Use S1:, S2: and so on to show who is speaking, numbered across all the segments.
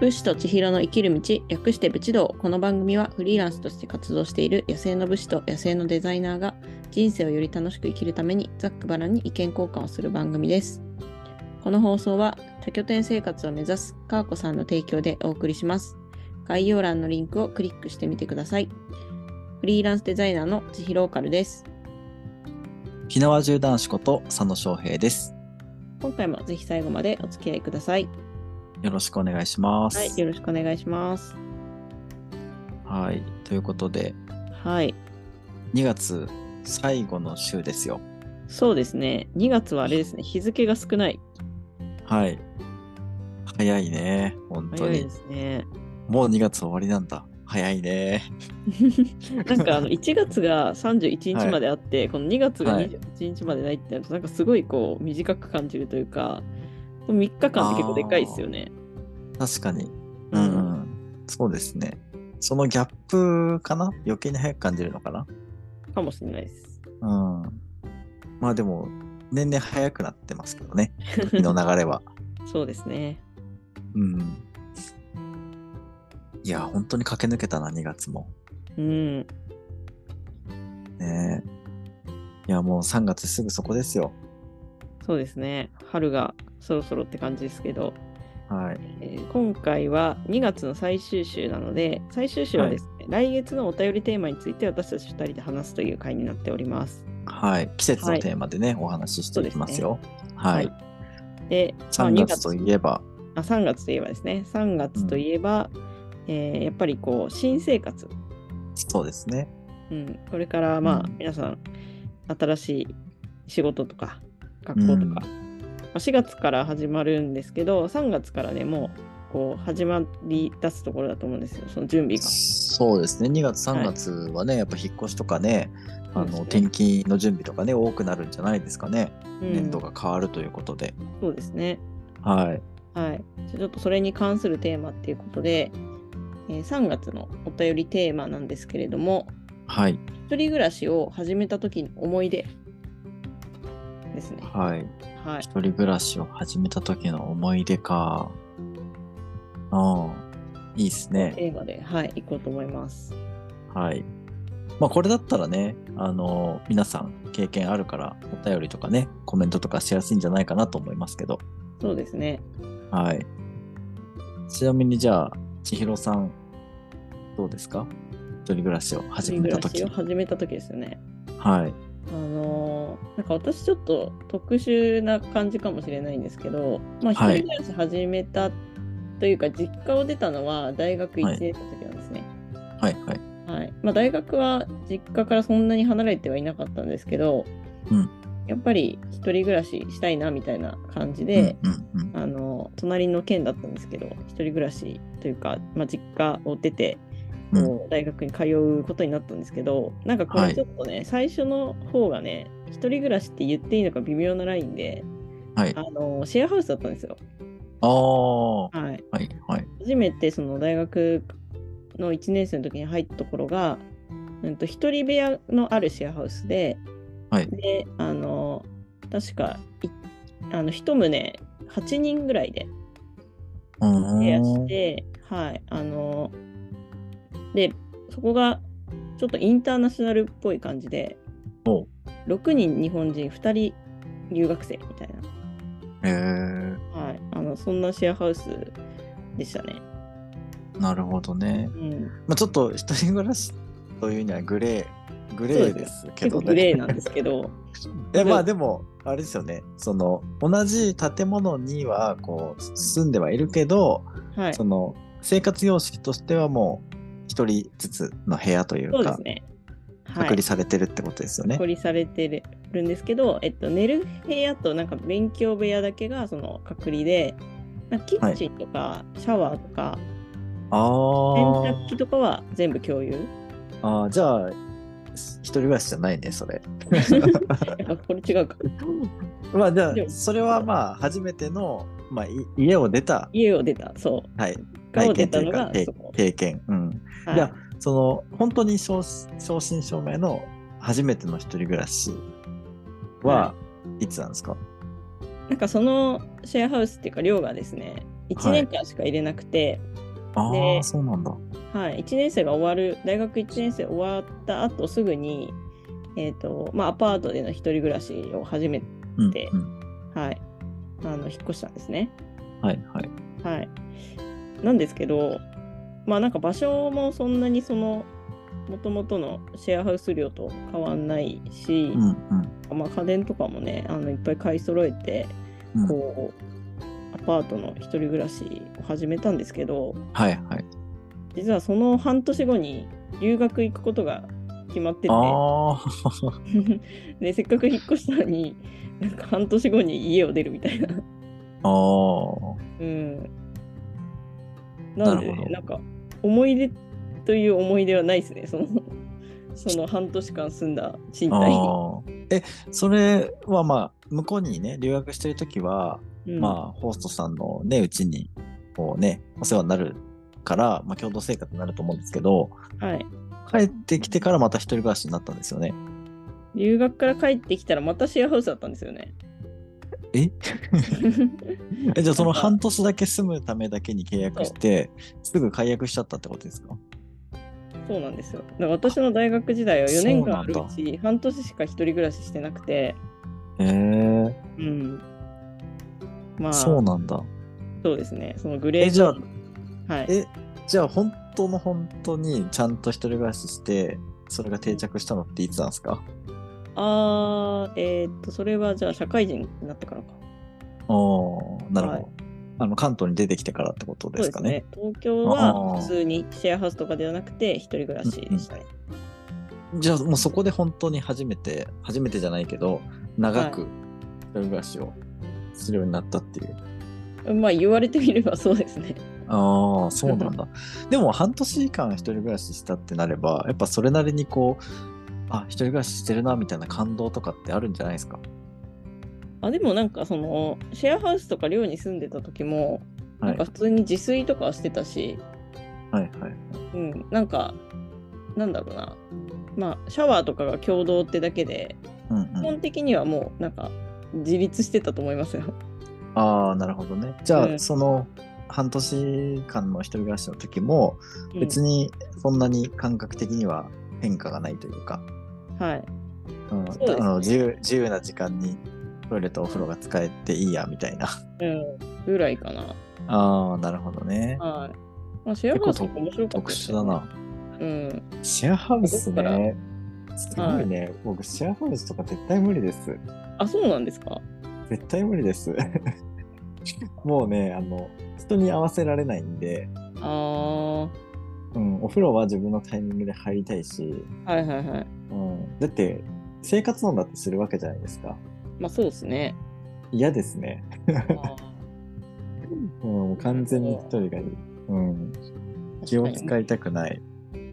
S1: 武士と千尋の生きる道、略して武士道。この番組はフリーランスとして活動している野生の武士と野生のデザイナーが人生をより楽しく生きるためにざっくばらんに意見交換をする番組です。この放送は多拠点生活を目指すカーコさんの提供でお送りします。概要欄のリンクをクリックしてみてください。フリーランスデザイナーの千尋オカルです。
S2: 沖縄縦男子こと佐野翔平です。
S1: 今回もぜひ最後までお付き合いください。
S2: よろしくお願いします。
S1: はい、よろしくお願いします。
S2: はい。ということで、
S1: はい。
S2: 2月最後の週ですよ。
S1: そうですね。2月はあれですね。日付が少ない。
S2: はい。早いね。本当
S1: 早い
S2: に
S1: で。すね。
S2: もう2月終わりなんだ。早いね。
S1: なん かあの1月が31日まであって、この2月が
S2: はい
S1: 28日までないってなると、なんかすごいこう短く感じるというか、3日間って結構でかいですよね。
S2: 確かに。うん、うん。そうですね。そのギャップかな余計に早く感じるのかな
S1: かもしれないです。
S2: うん。まあでも、年々早くなってますけど ね。時の流れは。
S1: そうですね。
S2: うん。いや、本当に駆け抜けたな、2月も。
S1: うん。
S2: ねえ。いや、もう3月すぐそこですよ。
S1: そうですね。春がそろそろって感じですけど、
S2: はい。
S1: えー今回は2月の最終週なので、最終週はですね、来月のお便りテーマについて私たち2人で話すという回になっております。
S2: はい。季節
S1: は
S2: の
S1: い
S2: テーマでね、お話ししていきますよ。
S1: は
S2: はいい。
S1: で、まあ
S2: 3月といえば、
S1: あ3月といえばですね3月といえば、えーやっぱりこう新生活、
S2: そうですね。
S1: うん、これからまあ、
S2: うん
S1: 皆さん新しい仕事とか学校とか、
S2: うん
S1: まあ、4月から始まるんですけど3月からねもうこう始まり出すところだと思うんですよその準備が。
S2: そうですね。2月、
S1: はい
S2: 3月はね、やっぱ引っ越しとかね、
S1: そう
S2: あの、
S1: ですね
S2: 転勤の準備とかね、多くなるんじゃないですかね。
S1: うん
S2: 年度が変わるということで。
S1: そうですね
S2: はい。
S1: はい、じゃあちょっとそれに関するテーマっていうことで、えー3月のお便りテーマなんですけれども
S2: はい。
S1: 一人暮らしを始めた時の思い出ですね。
S2: はい。
S1: はい、
S2: 一人暮らしを始めた時の思い出か。ああ、いいですね。
S1: テーマで、はい、行こうと思います。
S2: はい。まあこれだったらね、あの皆さん経験あるからお便りとかね、コメントとかしやすいんじゃないかなと思いますけど。
S1: そうですね。
S2: はい。ちなみにじゃあ、千尋さん、どうですか一人暮らしを始めた
S1: 一
S2: 時
S1: 人暮らしを始めた時ですよね。
S2: はい。
S1: あのーなんか私ちょっと特殊な感じかもしれないんですけど、まあ、一
S2: はい
S1: 人暮らし始めたというか、実家を出たのは大学1年生の時なんですね。
S2: はいはい。
S1: はいまあ、大学は実家からそんなに離れてはいなかったんですけど、
S2: うん
S1: やっぱり一人暮らししたいなみたいな感じで、
S2: うんうんうん。
S1: あの隣の県だったんですけど一人暮らしというか、まあ、実家を出て
S2: うん
S1: こう大学に通うことになったんですけど、なんかこ
S2: は
S1: れ
S2: い
S1: ちょっとね、最初の方がね一人暮らしって言っていいのか微妙なラインで、
S2: はい
S1: あのシェアハウスだったんですよ。
S2: ああ、は
S1: はい、
S2: いはい。
S1: 初めてその大学の1年生の時に入ったところが、うん、と一人部屋のあるシェアハウスで、
S2: はい
S1: であの確かいあの一棟8人ぐらいで
S2: う
S1: シェア
S2: ー
S1: し
S2: ん。
S1: て、はい、あの、で、そこがちょっとインターナショナルっぽい感じで、
S2: おう
S1: 6人日本人、2人留学生みたい
S2: へえ、
S1: な、はい、あのそんなシェアハウスでしたね。
S2: なるほどね。
S1: うん、
S2: まあちょっと一人暮らしというにはグレー、グレーですけ
S1: 結
S2: ど
S1: 構
S2: ね。
S1: グレーなんですけ ど、
S2: えまあでもあれですよねその同じ建物にはこう住んではいるけど、
S1: はい、
S2: そ
S1: そ
S2: の生活様式としてはもう一人ずつの部屋という
S1: うで
S2: か
S1: すね。は
S2: 隔
S1: い、
S2: 離されてるってことですよね。
S1: 隔離されてるんですけど、えっと、寝る部屋となんか勉強部屋だけがその隔離で、なんかキッチンとかシャワーとか、洗
S2: あ
S1: 濯機とかは全部共有。
S2: ああーじゃあ一人暮らしじゃないねそれ。
S1: やっぱこれ違うか。
S2: まあじゃ
S1: でも
S2: あそれはまあ初めての、まあ、い家を出た、
S1: 家を出た、そう。
S2: はい、
S1: 家を出
S2: 体験と
S1: た
S2: い
S1: の
S2: うか
S1: が
S2: 経
S1: そこ。
S2: 経験。うん
S1: はい
S2: いやその本当に正正真正銘の初めての一人暮らしはいつなんですか、
S1: なんかそのシェアハウスっていうか寮がですね、 1年間しか入れなくて、
S2: あ
S1: で
S2: あ、そうなんだ。
S1: はい、1年生が終わる大学1年生終わった後すぐに、えーとまあ、アパートでの一人暮らしを始め、
S2: うん、
S1: で
S2: うん。
S1: はい、あの引っ越したんですね。
S2: はい、はい。
S1: はい、なんですけど、まあ、なんか場所もそんなにそのもともとのシェアハウス料と変わんないし
S2: う、ん、うん
S1: まあ、家電とかもねあのいっぱい買い揃えて、
S2: うん。
S1: こうアパートの一人暮らしを始めたんですけど
S2: はい、はい。
S1: 実はその半年後に留学行くことが決まってて
S2: ああ、
S1: でせっかく引っ越したのになんか半年後に家を出るみたいな。
S2: ああ。
S1: うん、なんで
S2: なるほど
S1: なんか思い出という思い出はないですねそのその半年間住んだ賃貸に。
S2: ああえそれはまあ向こうにね留学してる時は、
S1: うん
S2: まあホストさんのねうちにこうねお世話になるから、まあ、共同生活になると思うんですけど
S1: はい、
S2: 帰ってきてからまた一人暮らしになったんですよね。
S1: 留学から帰ってきたらまたシェアハウスだったんですよね。
S2: え えじゃあその
S1: なんか
S2: 半年だけ住むためだけに契約してすぐ解約しちゃったってことですか
S1: そうなんですよ。だから私の大学時代は4年間ある
S2: そ
S1: う
S2: うなん
S1: ち半年しか一人暮らししてなくて、
S2: へえ
S1: うん。まあ、
S2: そ
S1: そうう
S2: なんだ。
S1: ですね。そのグレ
S2: え
S1: ー
S2: じゃ
S1: ド
S2: あ。
S1: はい。
S2: えじゃあ本当の本当にちゃんと一人暮らししてそれが定着したのっていつなんですか
S1: あー、えーっと、それはじゃあ社会人になってからか。
S2: おーなるほど、
S1: はい
S2: あの関東に出てきてからってことですかね。
S1: そうですね。東京
S2: あ
S1: は
S2: ー
S1: 普通にシェアハウスとかではなくて、一人暮らしでしたね。
S2: じゃあもうそこで本当に初めて初めてじゃないけど長く一人暮らしをするようになったっていう、
S1: まあ、言われてみればそうですね。
S2: ああそうな んだでも半年間一人暮らししたってなればやっぱそれなりにこうあ一人暮らししてるなみたいな感動とかってあるんじゃないですか
S1: あでもなんかそのシェアハウスとか寮に住んでた時も、
S2: は
S1: なん
S2: い
S1: か普通に自炊とかはしてたし、
S2: はいはい
S1: うん、なんか、なんだろうな、まあ、シャワーとかが共同ってだけで、
S2: うん
S1: 基
S2: うん
S1: 本的にはもう、なんか、自立してたと思いますよ。
S2: ああなるほどねじゃあ、
S1: うん
S2: その半年間の一人暮らしの時も
S1: うん
S2: 別にそんなに感覚的には変化がないというか、
S1: はい。
S2: うん
S1: そうですね
S2: あの自由自由な時間にトイレとお風呂が使えていいやみたいな。
S1: うん。ぐらいかな。
S2: ああ、なるほどね。
S1: はい。まあ、シェアハウスとか面白かった
S2: 特
S1: です
S2: 殊
S1: よ
S2: だ
S1: ね。
S2: な。
S1: うん。
S2: シェアハウ
S1: ど
S2: ス
S1: っから
S2: ね。すごいね、僕、シェアハウスとか絶対無理です。
S1: あ、そうなんですか。
S2: 絶対無理です。 もうね、あの、人に合わせられないんで、
S1: ああ。は
S2: うん、お風呂は自分のタイミングで入りたいし、
S1: いはいはい。
S2: うん、だって、生活音だってするわけじゃないですか。
S1: まあ、そうです ね。
S2: 嫌ですね。
S1: あー
S2: うん、もう完全に一人がいい。うん、気を使いたくない。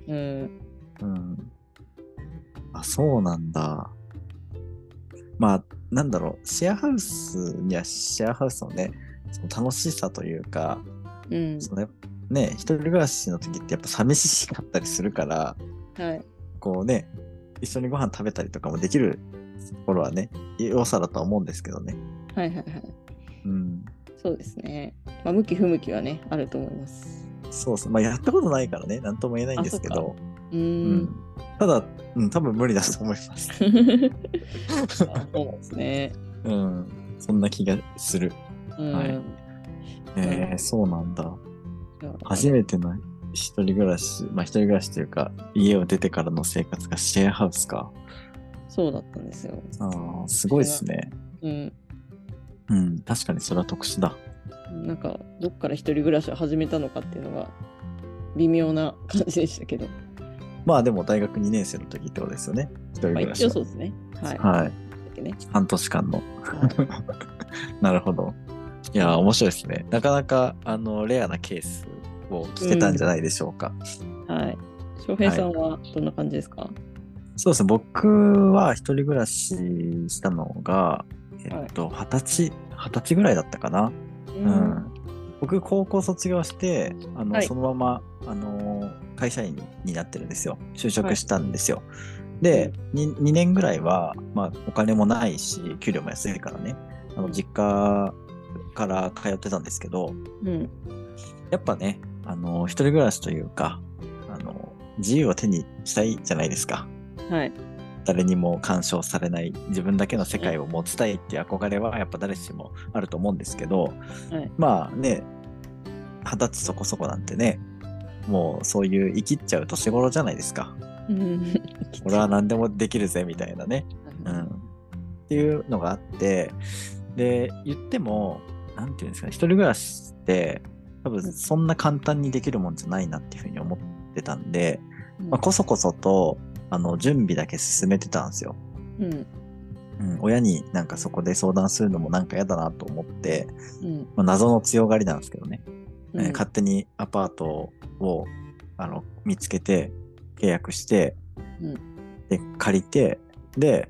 S1: うん。
S2: うん。あ、そうなんだ。まあ、なんだろう、シェアハウスにはシェアハウスのね、その楽しさというか、
S1: うん。
S2: そのね、一人暮らしの時ってやっぱ寂しかったりするから、
S1: はい。
S2: こうね、一緒にご飯食べたりとかもできるところはね、良さだとは思うんですけどね。
S1: はいはいはい。
S2: うん。
S1: そうですね。まあ、向き不向きはね、あると思います。
S2: そうそう。まあ、やったことないからね、なんとも言えないんですけ
S1: あそ
S2: ど、
S1: う
S2: う
S1: ーん。
S2: ん。ただ、うん、多分無理だと思い ます。
S1: あそうなんですね。
S2: うん。そんな気がする。
S1: うん。
S2: はいえ
S1: う
S2: ー、
S1: ん
S2: そうなんだ。
S1: じゃあ
S2: 初めての一人暮らし、まあ一人暮らしというか、家を出てからの生活がシェアハウスか。
S1: そうだったんですよ。
S2: あーすごいですね。
S1: うん。
S2: うん、確かにそれは特殊だ。
S1: なんか、どっから一人暮らしを始めたのかっていうのが、微妙な感じでしたけど。
S2: まあでも大学2年生の時ってことですよね。一人
S1: まあ、
S2: 暮らし
S1: 一
S2: は。
S1: 応そうですね。はい。
S2: はい。
S1: い。 ね、
S2: 半年間の。
S1: はい
S2: なるほど。いやー、面白いですね。なかなか、あの、レアなケースを聞けたんじゃないでしょうか。
S1: はい。翔平さんはどんな感じですか、
S2: そうですね。僕は一人暮らししたのが、えっと、二十歳、二十歳ぐらいだったかな。
S1: う
S2: う。ん、僕高校卒業してあの、
S1: はい
S2: そのままあのー会社員になってるんですよ就職したんですよ、で、に 2, 年ぐらいは、まあ、お金もないし給料も安いからねあの
S1: うん
S2: 実家から通ってたんですけど、
S1: うん。
S2: やっぱね、あの、一人暮らしというか、あの、自由を手にしたいじゃないですか。
S1: はい。
S2: 誰にも干渉されない自分だけの世界を持ちたいっていう憧れはやっぱ誰しもあると思うんですけど、
S1: はい
S2: まあね二十歳そこそこなんてねもうそういう生きっちゃう年頃じゃないですか
S1: うん。
S2: 俺は何でもできるぜみたいなね、う、
S1: うんん。
S2: っていうのがあってで言っても何て言うんですかね一人暮らしって多分そんな簡単にできるもんじゃないなっていうふうに思ってたんで、まあ、こそこそとあの準備だけ進めてたんですよ。
S1: うん。
S2: うん、親になんかそこで相談するのもなんか嫌だなと思って、
S1: うん。
S2: まあ、謎の強がりなんですけどね、
S1: う
S2: えー
S1: ん。
S2: 勝手にアパートをあの見つけて契約して、
S1: うん
S2: で借りてで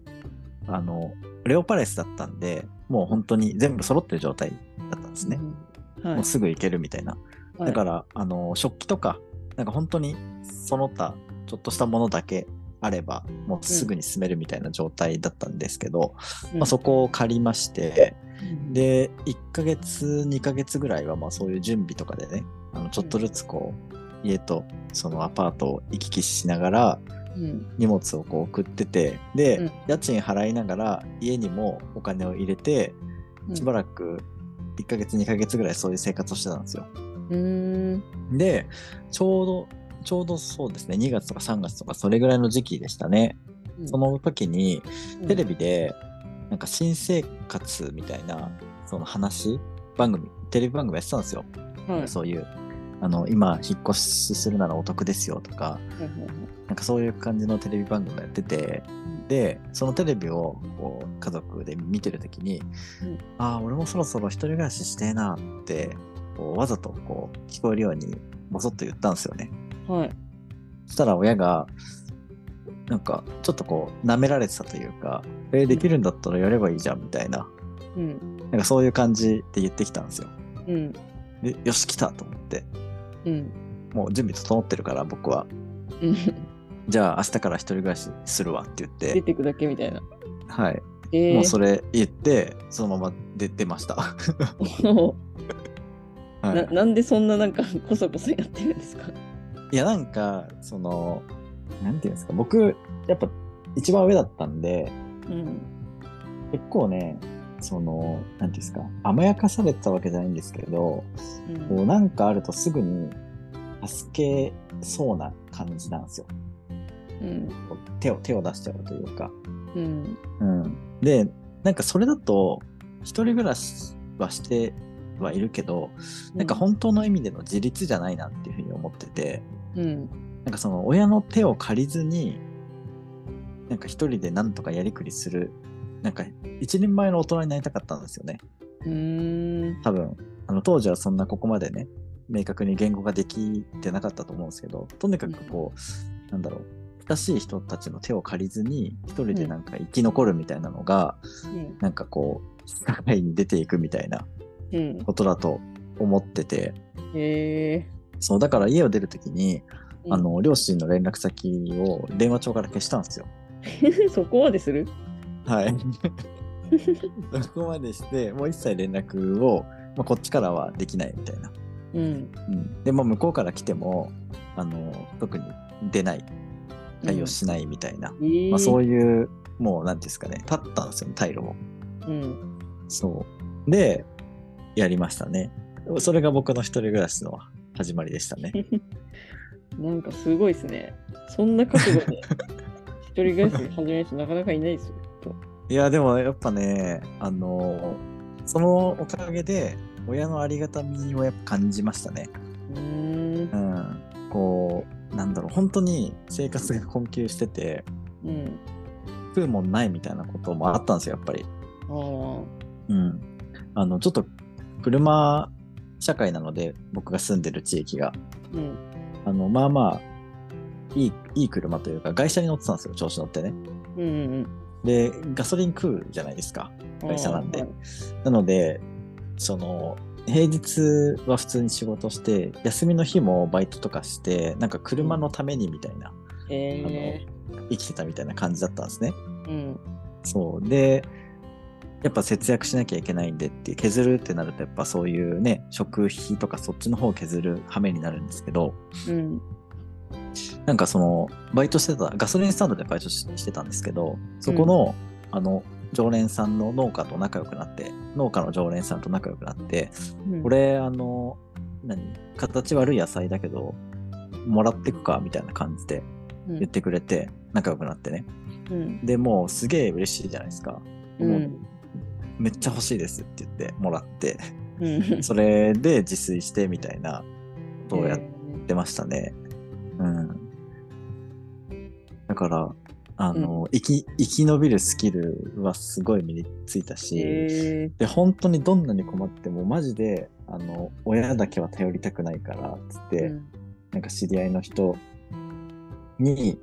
S2: あのレオパレスだったんでもう本当に全部揃ってる状態だったんですね、
S1: うん。は
S2: も。
S1: いう、
S2: すぐ行けるみたいな、だかららあの食器とかなんか本当にその他ちょっとしたものだけあればもうすぐに住めるみたいな状態だったんですけど、まあ、そこを借りまして、
S1: うん、
S2: で、1ヶ月、2ヶ月ぐらいは、まあそういう準備とかでね、あのちょっとずつこう、家とそのアパートを行き来しながら、
S1: うん。
S2: 荷物をこう送ってて、で、
S1: うん
S2: 家賃払いながら、家にもお金を入れて、しば
S1: ら
S2: らく1ヶ月、2ヶ月ぐらいそういう生活をしてたんですよ。
S1: く。うん。
S2: で、ちょうど、ちょうどそうですね、2月とか3月とか、それぐらいの時期でしたね。その時に、テレ
S1: ビ。
S2: ビで、なんか新生活みたいな、その話、番組、テレビ番組やってたんですよ。
S1: はい。
S2: そういう、あの、今、引っ越しするならお得ですよとか、
S1: はいはいはい
S2: なんかそういう感じのテレビ番組やってて、で、そのテレビをこう家族で見てる時に、
S1: うん
S2: ああ、俺もそろそろ一人暮らししてえなって、こうわざとこう、聞こえるように、ぼそっと言ったんですよね。
S1: はい。
S2: そしたら親が、なんか、ちょっとこう、舐められてたというか、えーできるんだったらやればいいじゃん、みたいな、
S1: うん。
S2: なんかそういう感じで言ってきたんですよ。
S1: うん。
S2: で、よし、来たと思って、
S1: うん。
S2: もう準備整ってるから、僕は、
S1: うん。
S2: じゃあ明日から一人暮らしするわって言っ
S1: 出
S2: て、
S1: てくだけみたいな。
S2: はい、
S1: えー、
S2: もうそれ言って、そのまま出てました。 は、
S1: もうないなんでそんななんかこそこそやってるんですか
S2: いや、なんか、その、なんていうんですか、僕、やっぱ、一番上だったんで、
S1: うん。
S2: 結構ね、その、なんていうんですか、甘やかされてたわけじゃないんですけど、
S1: う
S2: こ
S1: ん
S2: うなんかあるとすぐに助けそうな感じなんですよ。
S1: うん。
S2: こう手を、手を出しちゃうというか。
S1: うん。
S2: うん。で、なんかそれだと、一人暮らしはしてはいるけど、なんか本当の意味での自立じゃないなっていうふうに思ってて、
S1: うん。
S2: なんかその親の手を借りずに、なんか一人でなんとかやりくりする、なんか一人前の大人になりたかったんですよね。
S1: うーん。
S2: 多分あの当時はそんなここまでね明確に言語ができてなかったと思うんですけどとにかくこう、なんだろう親しい人たちの手を借りずに一人でなんか生き残るみたいなのが、
S1: うん
S2: なんかこう社会に出ていくみたいな
S1: うん。
S2: ことだと思ってて
S1: へえ
S2: そうだから家を出る時に、
S1: ー。
S2: あの両親の連絡先を電話帳から消したんですよ。
S1: うん そこまでする
S2: はい。 そこまでしてもう一切連絡を、まあ、こっちからはできないみたいな。
S1: うん。
S2: うん、で、まあ、向こうから来てもあの特に出ない対応しないみたいな、
S1: い
S2: まあ、そう
S1: い
S2: いうもう何ですかね立ったんですよ退路を
S1: うん。
S2: そうでやりましたねそれが僕の一人暮らしの始まりでしたね
S1: なんかすごいですね。そんな覚悟で一人暮らし始める人なかなかいないですよ。
S2: いやでもやっぱねあのそのおかげで親のありがたみをやっぱ感じましたね
S1: うーん
S2: う。んこうなんだろう本当に生活が困窮してて
S1: うん。
S2: 食うもんないみたいなこともあったんですよやっぱり
S1: あ
S2: うん。あの、ちょっと車社会なので、僕が住んでる地域が。
S1: あ。うん。
S2: あの、まあまあ、いい、いい車というか、外車に乗ってたんですよ、調子乗ってね。
S1: うんうんうん。
S2: で、ガソリン食うじゃないですか。会社なんで
S1: あー
S2: なので、その、平日は普通に仕事して、休みの日もバイトとかして、なんか車のためにみたいな、
S1: はいへえ
S2: 生きてたみたいな感じだったんですね。
S1: うん。
S2: そう。で、やっぱ節約しなきゃいけないんでって削るってなるとやっぱそういうね食費とかそっちの方を削る羽目になるんですけど
S1: うん。
S2: なんかそのバイトしてたガソリンスタンドでバイトししてたんですけどそこの、あの常連さんの農家と仲良くなって農家の常連さんと仲良くなって
S1: うん
S2: こ、れあの何形悪い野菜だけどもらってくかみたいな感じで
S1: うん
S2: 言ってくれて仲良くなってね
S1: うん。
S2: でもうすげえ嬉しいじゃないですか
S1: うん。
S2: めっちゃ欲しいですって言ってもらって
S1: うん。
S2: それで自炊してみたいなことをやっ
S1: えー
S2: てましたね。うん。だから、あの、生き、生き延びるスキルはすごい身についたし、
S1: え
S2: で、本当にどんなに困っても、マジで、あの、親だけは頼りたくないから、つっ
S1: ー
S2: て、
S1: うん
S2: なんか知り合いの人に、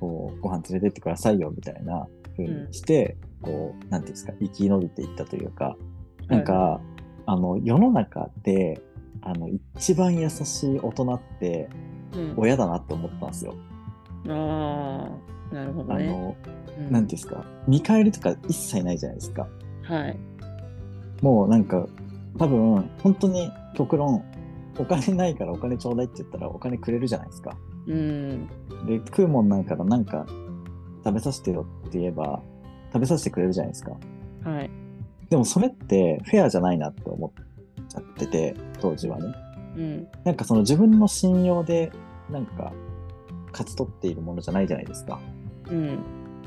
S2: こう、ご飯連れてってくださいよ、みたいな風にして、こう、なんていうんですか、生き延びていったというか、なんか、あの、世の中で、あの、一番優しい大人って、
S1: うん
S2: 親だなって思ったんですよ。
S1: ああ、なるほど
S2: あ
S1: ね。
S2: の、
S1: う
S2: なんていうんですか、見返りとか一切ないじゃないですか。
S1: はい。
S2: もうなんか、多分、本当に極論、お金ないからお金ちょうだいって言ったらお金くれるじゃないですか。
S1: うん。
S2: で、食うもんないからなんか食べさせてよって言えば、食べさせてくれるじゃないですか。
S1: はい。
S2: でもそれってフェアじゃないなって思っちゃってて、当時はね。
S1: うん。
S2: なんかその自分の信用で、なんか、勝ち取っているものじゃないじゃないですか。
S1: うん。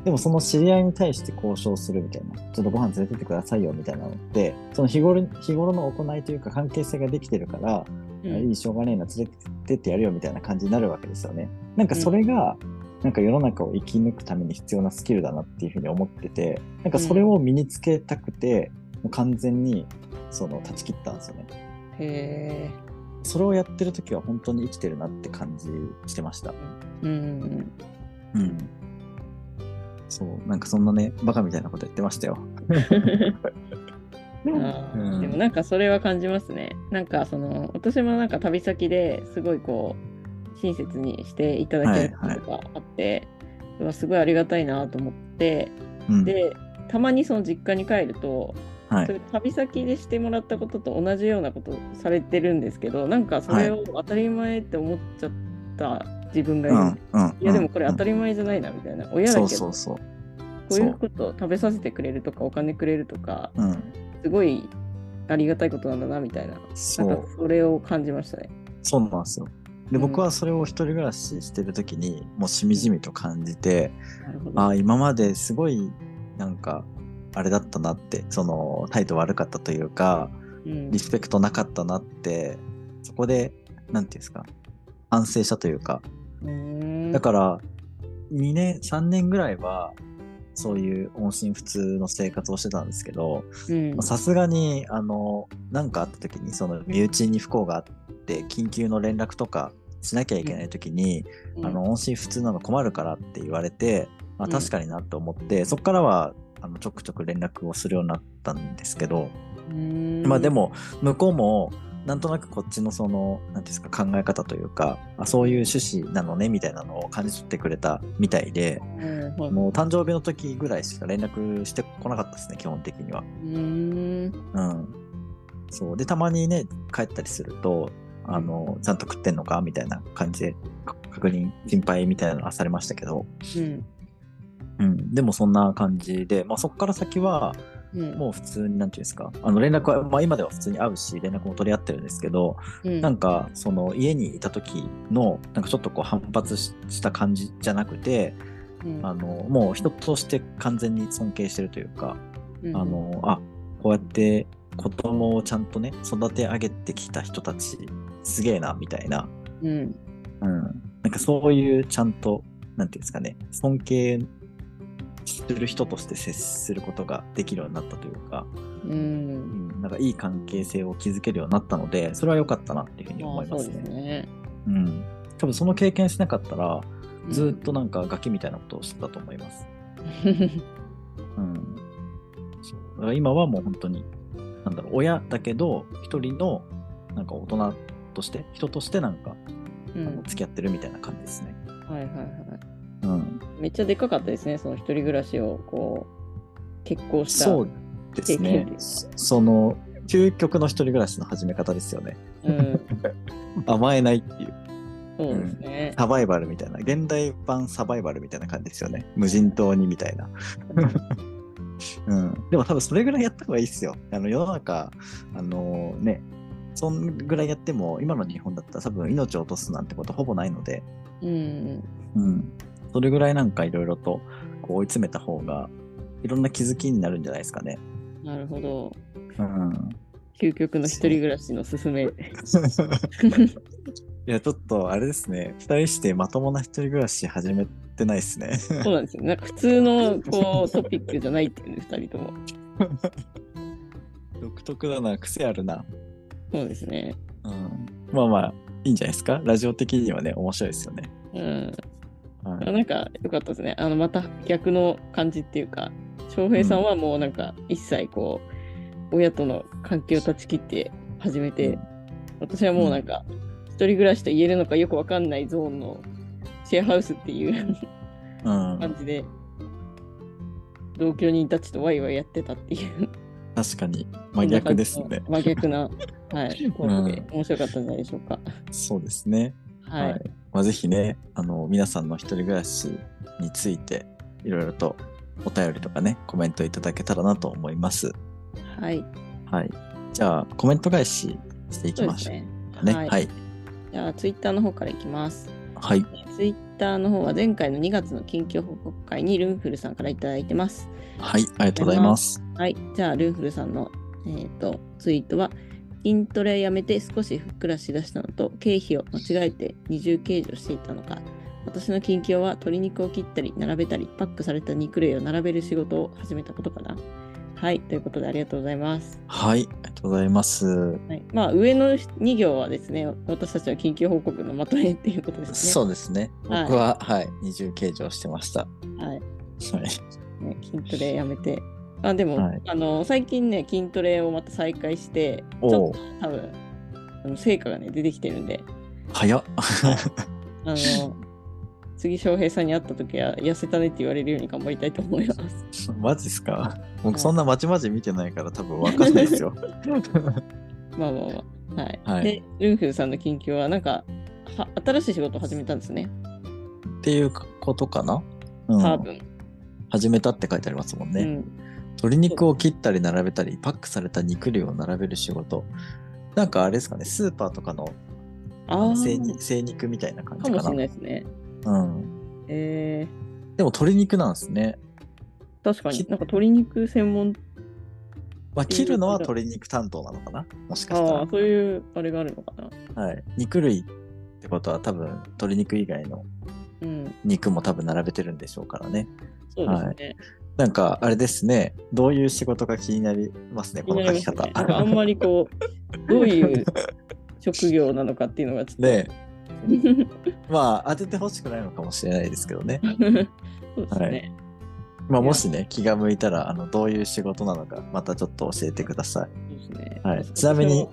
S2: でもその知り合いに対して交渉するみたいな、ちょっとご飯連れてってくださいよみたいなのって、その日頃日頃の行いというか関係性ができてるから、
S1: うん
S2: いい、しょうがねえな、連れてってってやるよみたいな感じになるわけですよね。なんかそれが、なんか世の中を生き抜くために必要なスキルだなっていうふうに思ってて、なんかそれを身につけたくて、もう完全に、その、断ち切ったんですよね。
S1: へえ。
S2: それをやってる時は本当に生きてるなって感じしてました。
S1: うん。
S2: うん。そう、なんかそんなね、バカみたいなことやってましたよ。
S1: あ
S2: う
S1: ー
S2: ん
S1: でもなんかそれは感じますね。なんかその私もなんか旅先ですごいこう親切にしていただける
S2: はいはい
S1: ことがあって、うわすごいありがたいなと思って
S2: うん、
S1: でたまにその実家に帰ると、
S2: は
S1: そ
S2: い。
S1: れ旅先でしてもらったことと同じようなことされてるんですけどなんかそれを当たり前って思っちゃった自分がいる、
S2: うん
S1: いやでもこれ当た
S2: り
S1: り前じゃないなみたいな、親だけ
S2: そ
S1: ど
S2: うそうそう。
S1: こういうこと食べさせてくれるとかお金くれるとか
S2: うん。
S1: すごいありがたいことなんだなみたいな
S2: そ
S1: なん
S2: う
S1: か。それを感じましたね。
S2: そうなんですよ。
S1: う
S2: で、
S1: ん
S2: 僕はそれを一人暮らししてる時に、もうしみじみと感じて、
S1: なるほど。
S2: ああ、今まですごい、なんか、あれだったなって、その、態度悪かったというか、
S1: うん
S2: リスペクトなかったなって、そこで、なんていうんですか、反省したというか、
S1: うん
S2: だから、2年、3年ぐらいは、そういう音信不通の生活をしてたんですけど、
S1: うん
S2: まあさすがに、あの、なんかあった時に、その身内に不幸があって、緊急の連絡とかしなきゃいけない時に、あの、音信不通なの困るからって言われて、まあ、
S1: うん
S2: 確かになと思って、そこからは、あの、ちょくちょく連絡をするようになったんですけど、
S1: うん
S2: まあでも向こうもなんとなくこっちのその何ですか考え方というかあそういう趣旨なのねみたいなのを感じ取ってくれたみたいで
S1: うんはい
S2: もう誕生日の時ぐらいしか連絡してこなかったですね基本的には。
S1: うん
S2: うん、そうでたまにね帰ったりするとあのちゃんと食ってんのかみたいな感じでか確認心配みたいなのはされましたけど、
S1: うん
S2: うん、でもそんな感じで、まあ、そこから先は
S1: うん
S2: もう普通に何て言うんですかあの連絡は、まあ、今では普通に会うし連絡も取り合ってるんですけど
S1: うん
S2: なんかその家にいた時のなんかちょっとこう反発しした感じじゃなくて
S1: うん
S2: あのもう人として完全に尊敬してるというか
S1: うん
S2: あのあこうやって子供をちゃんとね育て上げてきた人たちすげえなみたいな、
S1: うん
S2: うん、なんかそういうちゃんとなんていうんですかね尊敬する人として接することができるようになったというか、
S1: う
S2: うんん、なんかいい関係性を築けるようになったのでそれは良かったなっていうふうに思い
S1: ああ
S2: ます
S1: そう
S2: ね
S1: です。ね。
S2: うん、多分その経験しなかったら
S1: うん
S2: ずーっとなんかガキみたいなことをしてたと思います。うん、そうだから今はもう本当になんだろう親だけど一人のなんか大人として人としてなんか
S1: う
S2: あ
S1: ん
S2: の付き合ってるみたいな感じですね。
S1: はいはいは
S2: うん、
S1: い。めっちゃでかかったですね。その一人暮らしをこう結婚した
S2: そうで
S1: 経
S2: す
S1: 験
S2: ね
S1: で。
S2: そその、究極の一人暮らしの始め方ですよね。
S1: うん、
S2: 甘えないっていう。
S1: そうですね。
S2: サバイバルみたいな。現代版サバイバルみたいな感じですよね。無人島にみたいな。うん。でも多分それぐらいやった方がいいですよ。あの、世の中、あのね、そんぐらいやっても、今の日本だったら多分命を落とすなんてことほぼないので、
S1: うん、
S2: うん。それぐらいなんかいろいろとこう追い詰めた方が、いろんな気づきになるんじゃないですかね。
S1: なるほど。
S2: うん。
S1: 究極の一人暮らしのすすめ。
S2: いや、ちょっとあれですね。二人してまともな一人暮らし始めてないですね。
S1: そうなんですよ。なんか普通のこうトピックじゃないっていうね、二人とも。
S2: 独特だな、癖あるな。
S1: そうですね。
S2: うん。まあまあ、いいんじゃないですか。ラジオ的にはね、面白いですよね。
S1: うん、
S2: はい
S1: あなんか良かったですね。あのまた逆の感じっていうか、翔平さんはもうなんか一切こう、親との関係を断ち切って始めて、私はもうなんか、一人暮らしと言えるのかよくわかんないゾーンのシェアハウスっていう
S2: うん、
S1: 感じで、同居人たちとワイワイやってたっていう。
S2: 確かに真逆です
S1: そんな
S2: ね
S1: 感。じの真逆な、はい、コンビで
S2: う
S1: 面白かったんじゃないでしょうか。
S2: そうですね。
S1: はい。
S2: まあ、ぜひね、あの、皆さんの一人暮らしについて、いろいろとお便りとかね、コメントいただけたらなと思います。
S1: はい。
S2: はい。じゃあ、コメント返ししていき
S1: そうで
S2: ますしょ
S1: ね。
S2: うかね。
S1: はい
S2: はい。
S1: じゃあ、ツイッターの方からいきます。
S2: はい。
S1: ツイッターの方は前回の2月の緊急報告会にルンフルさんからいただいてます。
S2: はい。ありがとうございます。
S1: はい。じゃあ、ルンフルさんの、えー、とツイートは、筋トレやめて少しふっくらしだしたのと、経費を間違えて二重計上していたのか、私の近況は鶏肉を切ったり、並べたり、パックされた肉類を並べる仕事を始めたことかな。はい。ということで、ありがとうございます。
S2: はい。ありがとうございます。
S1: はい、まあ上の2行はですね、私たちの緊急報告のまとめっていうことですね。
S2: そうですね。
S1: はい
S2: 僕は、はい、二重計上してました。は
S1: はい
S2: い。
S1: ね、筋トレやめて。あでも、
S2: はい
S1: あの最近ね、筋トレをまた再開して、ち
S2: おう
S1: ょっと多分あの成果がね、出てきてるんで、
S2: 早っ。
S1: あの次、翔平さんに会った時は、痩せたねって言われるように頑張りたいと思います。
S2: マジっすか
S1: は
S2: 僕
S1: い
S2: そんなまちまち見てないから多分わかんない ですよ。
S1: まあまあまあ。はい。
S2: はい
S1: で、ルンフルさんの近況は、なんか、は新しい仕事を始めたんですね、
S2: っていうことかな、う
S1: 多
S2: ん、
S1: 分。
S2: 始めたって書いてありますもんね、
S1: うん、
S2: 鶏肉を切ったり並べたり、パックされた肉類を並べる仕事。なんかあれですかね、スーパーとかのあ
S1: あ
S2: の
S1: あ、
S2: 精肉精肉みたいな感
S1: か
S2: じ
S1: も
S2: か
S1: しれ
S2: な
S1: ないですね。
S2: うん。
S1: えー、
S2: でも鶏肉なんですね。
S1: 確かに
S2: き
S1: なんか鶏肉専門
S2: まあ、
S1: ていう
S2: 切るのは
S1: こと
S2: 鶏肉担当なのかなもしかした
S1: あ
S2: ら
S1: あ。そういうあれがあるのかな
S2: はい、肉類ってことは多分鶏肉以外の
S1: うん
S2: 肉も多分並べてるんでしょうからね
S1: そうですね、
S2: なんかあれですねどういう仕事か気になりますね
S1: 気
S2: こ
S1: に
S2: の
S1: な
S2: 書
S1: りま
S2: き
S1: す
S2: 方
S1: ねなんか あんまりこうどういう職業なのかっていうのがちょっと
S2: ねえまあ当ててほしくないのかもしれないですけどね、
S1: そうですね、
S2: まあ、もしね気が向いたらあのどういう仕事なのかまたちょっと教えてくださ
S1: そうですね
S2: い、はい、ちなみに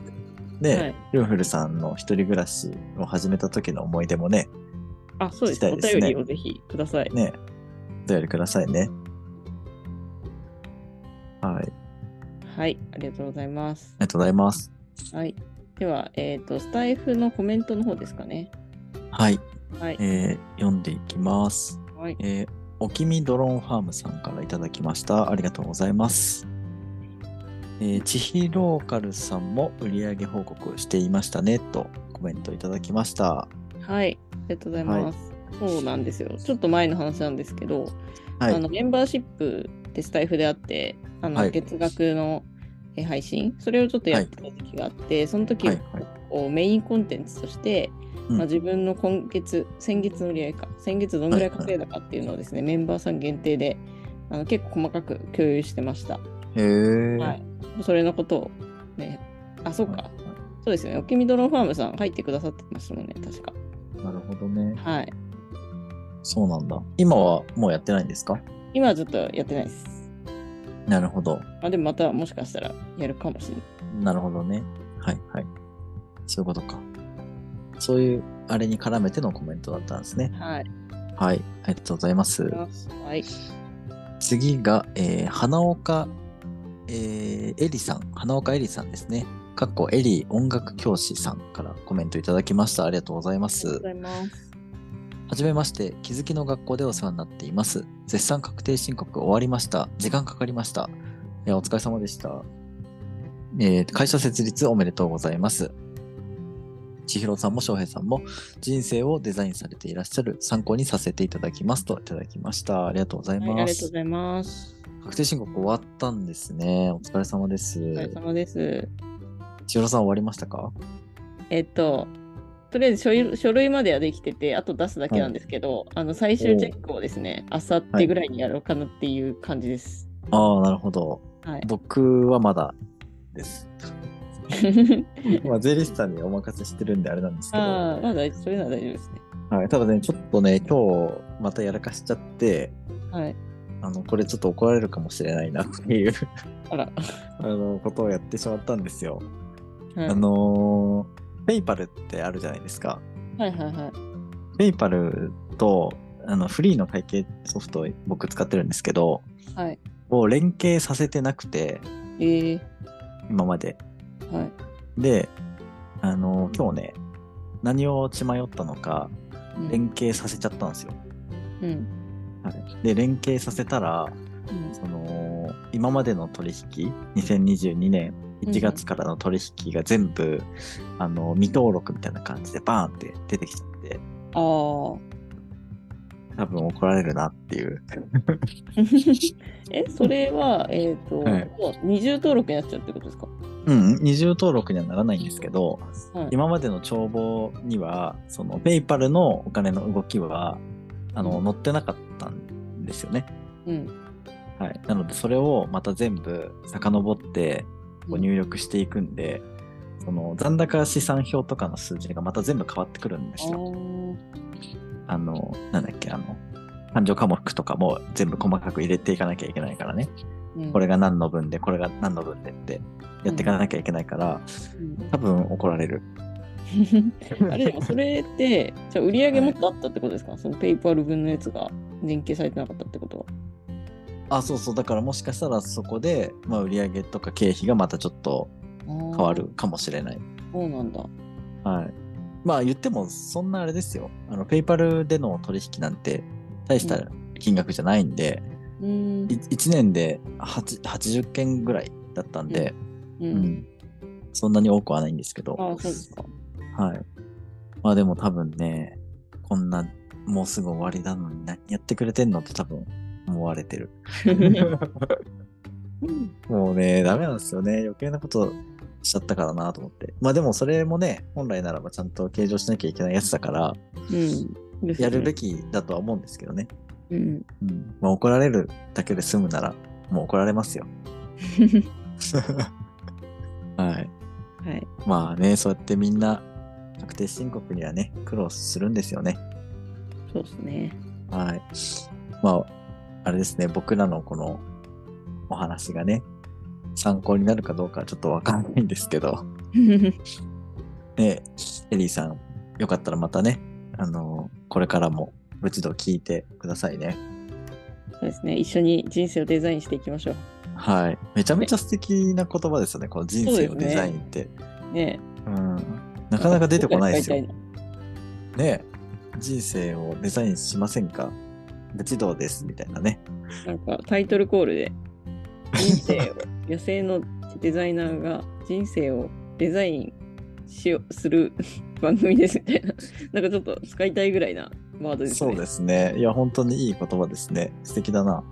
S2: ね、
S1: はい
S2: ルンフルさんの一人暮らしを始めた時の思い出もね
S1: あそうです
S2: 聞
S1: お
S2: きたいですね
S1: 便りをぜひください、
S2: ねお便りくださいねはい
S1: はいありがとうございます
S2: ありがとうございます。
S1: はいではえっ、とスタイフのコメントの方ですかね
S2: はい、
S1: はい
S2: えー読んでいきます。
S1: はい
S2: えーおきみドローンファームさんからいただきました。ありがとうございます。えー、ちひローカルさんも売り上げ報告していましたねとコメントいただきました。
S1: はいありがとうございます、そうなんですよちょっと前の話なんですけど、
S2: はい
S1: あ。のメンバーシップでスタイフであってあの、
S2: はい
S1: 月額のえ配信それをちょっとやってた時期があって、その時、
S2: はいはい。
S1: こうメインコンテンツとして、
S2: うん
S1: まあ、自分の今月先月の売り上げか先月どのぐらい稼いだかっていうのをですね、メンバーさん限定であの結構細かく共有してました、
S2: へえ。
S1: はい、それのことをねあそうか、そうですよねおきみドローンファームさん入ってくださってましたもんね確か
S2: なるほどね。
S1: はい
S2: そうなんだ。今はもうやってないんですか
S1: 今はちょっとやってないです
S2: なるほど。
S1: まあ、でもまたもしかしたらやるかもしれない
S2: なるほどね。はいはい。そういうことか。そういうあれに絡めてのコメントだったんですね。
S1: はい。
S2: はい、ありがとうございます。
S1: はい。
S2: 次が、えー花岡えー、エリさん、花岡エリさんですね。かっこエリ音楽教師さんからコメントいただきました。ありがとうございま
S1: ありがとう
S2: す
S1: ござ。います。
S2: はじめまして、気づきの学校でお世話になっています。絶賛確定申告終わりました。時間かかりました。えーお疲れ様でした、えー会社設立おめでとうございます。千尋さんも翔平さんも人生をデザインされていらっしゃる参考にさせていただきますといただきました。ありがとうござい
S1: はい、あ
S2: ま
S1: りがとうご
S2: す。
S1: ざいます。
S2: 確定申告終わったんですね。お疲れ様です。
S1: お疲れ様です。
S2: 千尋さん終わりましたか
S1: えっと、とりあえず書類書類まではできてて、あと出すだけなんですけど、あの最終チェックをですね、あさってぐらいにやろうかなっていう感じです。
S2: ああ、なるほど。
S1: はい。
S2: 僕はまだ です。まあ、税理士さんにお任せしてるんであれなんですけど。
S1: ああ、まあ大丈夫、それなら大丈夫ですね。
S2: はい、ただね、ちょっとね、今日またやらかしちゃって、
S1: はい。
S2: あの、これちょっと怒られるかもしれないなっていう、
S1: あら。
S2: あの、ことをやってしまったんですよ。
S1: はい
S2: あのー、ペイパルってあるじゃないですか。
S1: はいはいはい。
S2: ペイパルと、あの、フリーの会計ソフトを僕使ってるんですけど、
S1: はい。
S2: を連携させてなくて、
S1: ええ
S2: 今まで。
S1: はい。
S2: で、あのー今日ね、何を血迷ったのか、
S1: うん
S2: 連携させちゃったんですよ。
S1: うん。
S2: はい、で、連携させたら、
S1: うん
S2: その今までの取引2022年1月からの取引が全部、あの未登録みたいな感じでバーンって出てきちゃって
S1: ああ。
S2: 多分怒られるなっていう
S1: え、それ は、えっ、と、
S2: はい
S1: もう二重登録になっちゃうってことですか
S2: うん二重登録にはならないんですけど
S1: はい。
S2: 今までの帳簿にはそのペイパルのお金の動きはあの載ってなかったんですよね、
S1: うん。
S2: はい、なのでそれをまた全部遡ってこう入力していくんで、その残高資産表とかの数字がまた全部変わってくるんですよ。あの、なんだっけ、あの、勘定科目とかも全部細かく入れていかなきゃいけないからね。これ
S1: が、
S2: が何の分で、これが何の分でってやっていかなきゃいけないから、
S1: うん
S2: 多分怒られる。
S1: あれでもそれって、じゃあ売り上げもっとあったってことですか、そのペイパル分のやつが連携されてなかったってことは。
S2: あ、そうそう。だからもしかしたらそこで、まあ売上とか経費がまたちょっと
S1: 変
S2: 変わる。かもしれない。
S1: そうなんだ。
S2: はい。まあ言ってもそんなあれですよ。あの、ペイパルでの取引なんて大した金額じゃないんで、
S1: うん
S2: い。1年で8 80件ぐらいだったんで、
S1: う
S2: うん
S1: ん。
S2: そんなに多くはないんですけど。
S1: ああ、そうです か。
S2: はい。まあでも多分ね、こんな、もうすぐ終わりなのに何やってくれてんのって多分思われ てる。もうね、ダメなんですよね。余計なことしちゃったからなと思って。まあでもそれもね、本来ならばちゃんと計上しなきゃいけないやつだから、
S1: うん。です
S2: や
S1: よね
S2: るべきだとは思うんですけどね。
S1: うん。
S2: うん。まあ怒られるだけで済むなら、もう怒られますよ。はい。
S1: はい。
S2: まあね、そうやってみんな、確定申告にはね、苦労するんですよね。
S1: そうです ね。
S2: はい。まあ、あれですね、僕らのこのお話がね、参考になるかどうかはちょっとわかんないんですけど、ね、エリーさん、よかったらまたね、あのこれからも、無知度聞いてくださいね。
S1: そうですね。一緒に人生をデザインしていきましょ
S2: はい。めちゃめちゃ素敵な言葉ですよね、この人生をデザインって。
S1: う。ね
S2: うん。
S1: え
S2: なかなか出てこな いです
S1: ど
S2: よ
S1: っ。かに
S2: ね人生をデザインしませんか無知道です、みたいなね。
S1: 書いてあるなんかタイトルコールで、人生を、野生のデザイナーが人生をデザインしようする番組ですみたいな、なんかちょっと使いたいぐらいなワードです
S2: そ
S1: ね。
S2: うですね。いや、本当にいい言葉ですね。素敵だな。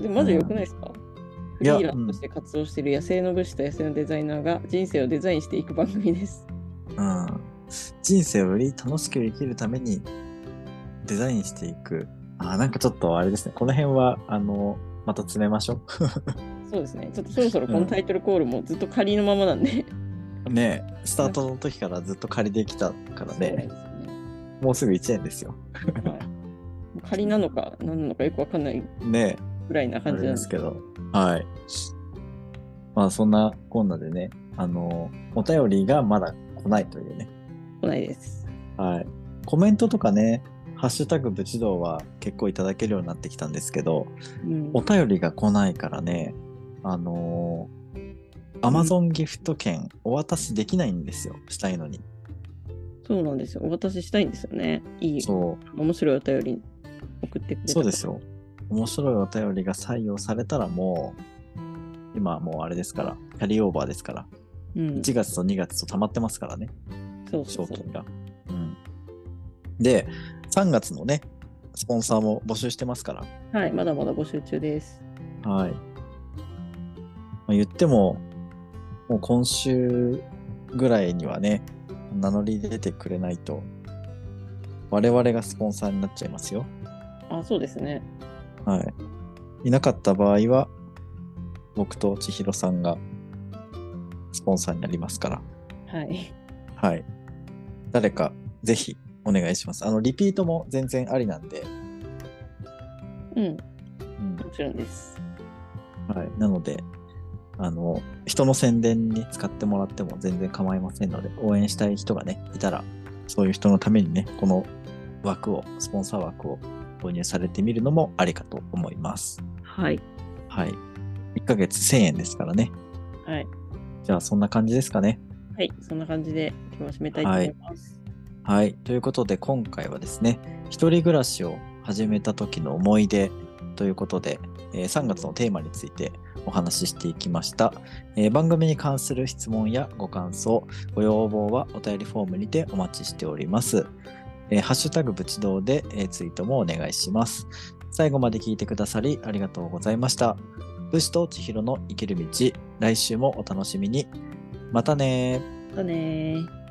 S1: でもまずよくないですか、フ
S2: い
S1: リ
S2: や
S1: ーランスとして活動している野生の武士と野生のデザイナーが人生をデザインしていく番組です。
S2: うん。人生をより楽しく生きるためにデザインしていく。あー、なんかちょっとあれですね。この辺は、あの、また詰めましょ
S1: そうですね。ちょっとそろそろこのタイトルコールもずっと仮のままなんで。
S2: う。ねえスタートの時からずっと借りてきたか
S1: そ
S2: ら
S1: うなんで
S2: ね
S1: す、よね。
S2: もうすぐ1年ですよ。
S1: はい、仮なのか何なのかよくわかんない
S2: ね
S1: ぐらいな
S2: えあ
S1: 感
S2: れ
S1: じなんで
S2: で
S1: すす
S2: けど。はい。まあ、そんなこんなでね、あの、お便りがまだ来ないというね。
S1: 来ないです。
S2: はい。コメントとかね、ハッシュタグブチ道は結構いただけるようになってきたんですけど、
S1: うん
S2: お便りが来ないからね、あのー、アマゾンギフト券お渡しできないんですよ。したいのに。
S1: そうなんですよ。お渡ししたいんですよね。いい、
S2: そ
S1: 面白いお便り送ってくれ
S2: う、
S1: た
S2: そうですよ。面白いお便りが採用されたらもう、今はもうあれですから、キャリーオーバーですから、
S1: うん、
S2: 1月と2月と溜まってますからね。
S1: そうそ
S2: 賞
S1: うそう
S2: 金が。うん、で、3月のね、スポンサーも募集してますか
S1: はい、まだまだ募集中です。
S2: ら。はい。まあ、言っても、もう今週ぐらいにはね、名乗り出てくれないと、我々がスポンサーになっちゃいますよ。
S1: あ、そうですね。
S2: はい。いなかった場合は、僕と千尋さんがスポンサーになりますから。
S1: はい。
S2: はい。誰か、ぜひ、お願いします。あの、リピートも全然ありなんで、
S1: うん、
S2: うん、
S1: もちろんです。
S2: はい、なのであの人の宣伝に使ってもらっても全然構いませんので応援したい人がねいたらそういう人のためにねこの枠をスポンサー枠を導入されてみるのもありかと思います
S1: はい。
S2: はい1ヶ月1000円ですからね
S1: はい。
S2: じゃあそんな感じですかね
S1: はい。そんな感じで、今日は締めたいと思います。
S2: はいということで今回はですね一人暮らしを始めた時の思い出ということで、えー3月のテーマについてお話ししていきました、えー番組に関する質問やご感想ご要望はお便りフォームにてお待ちしております、えーハッシュタグぶちどうで、えーツイートもお願いします最後まで聞いてくださりありがとうございました武士と千尋の生きる道来週もお楽しみにまたねー
S1: またねー。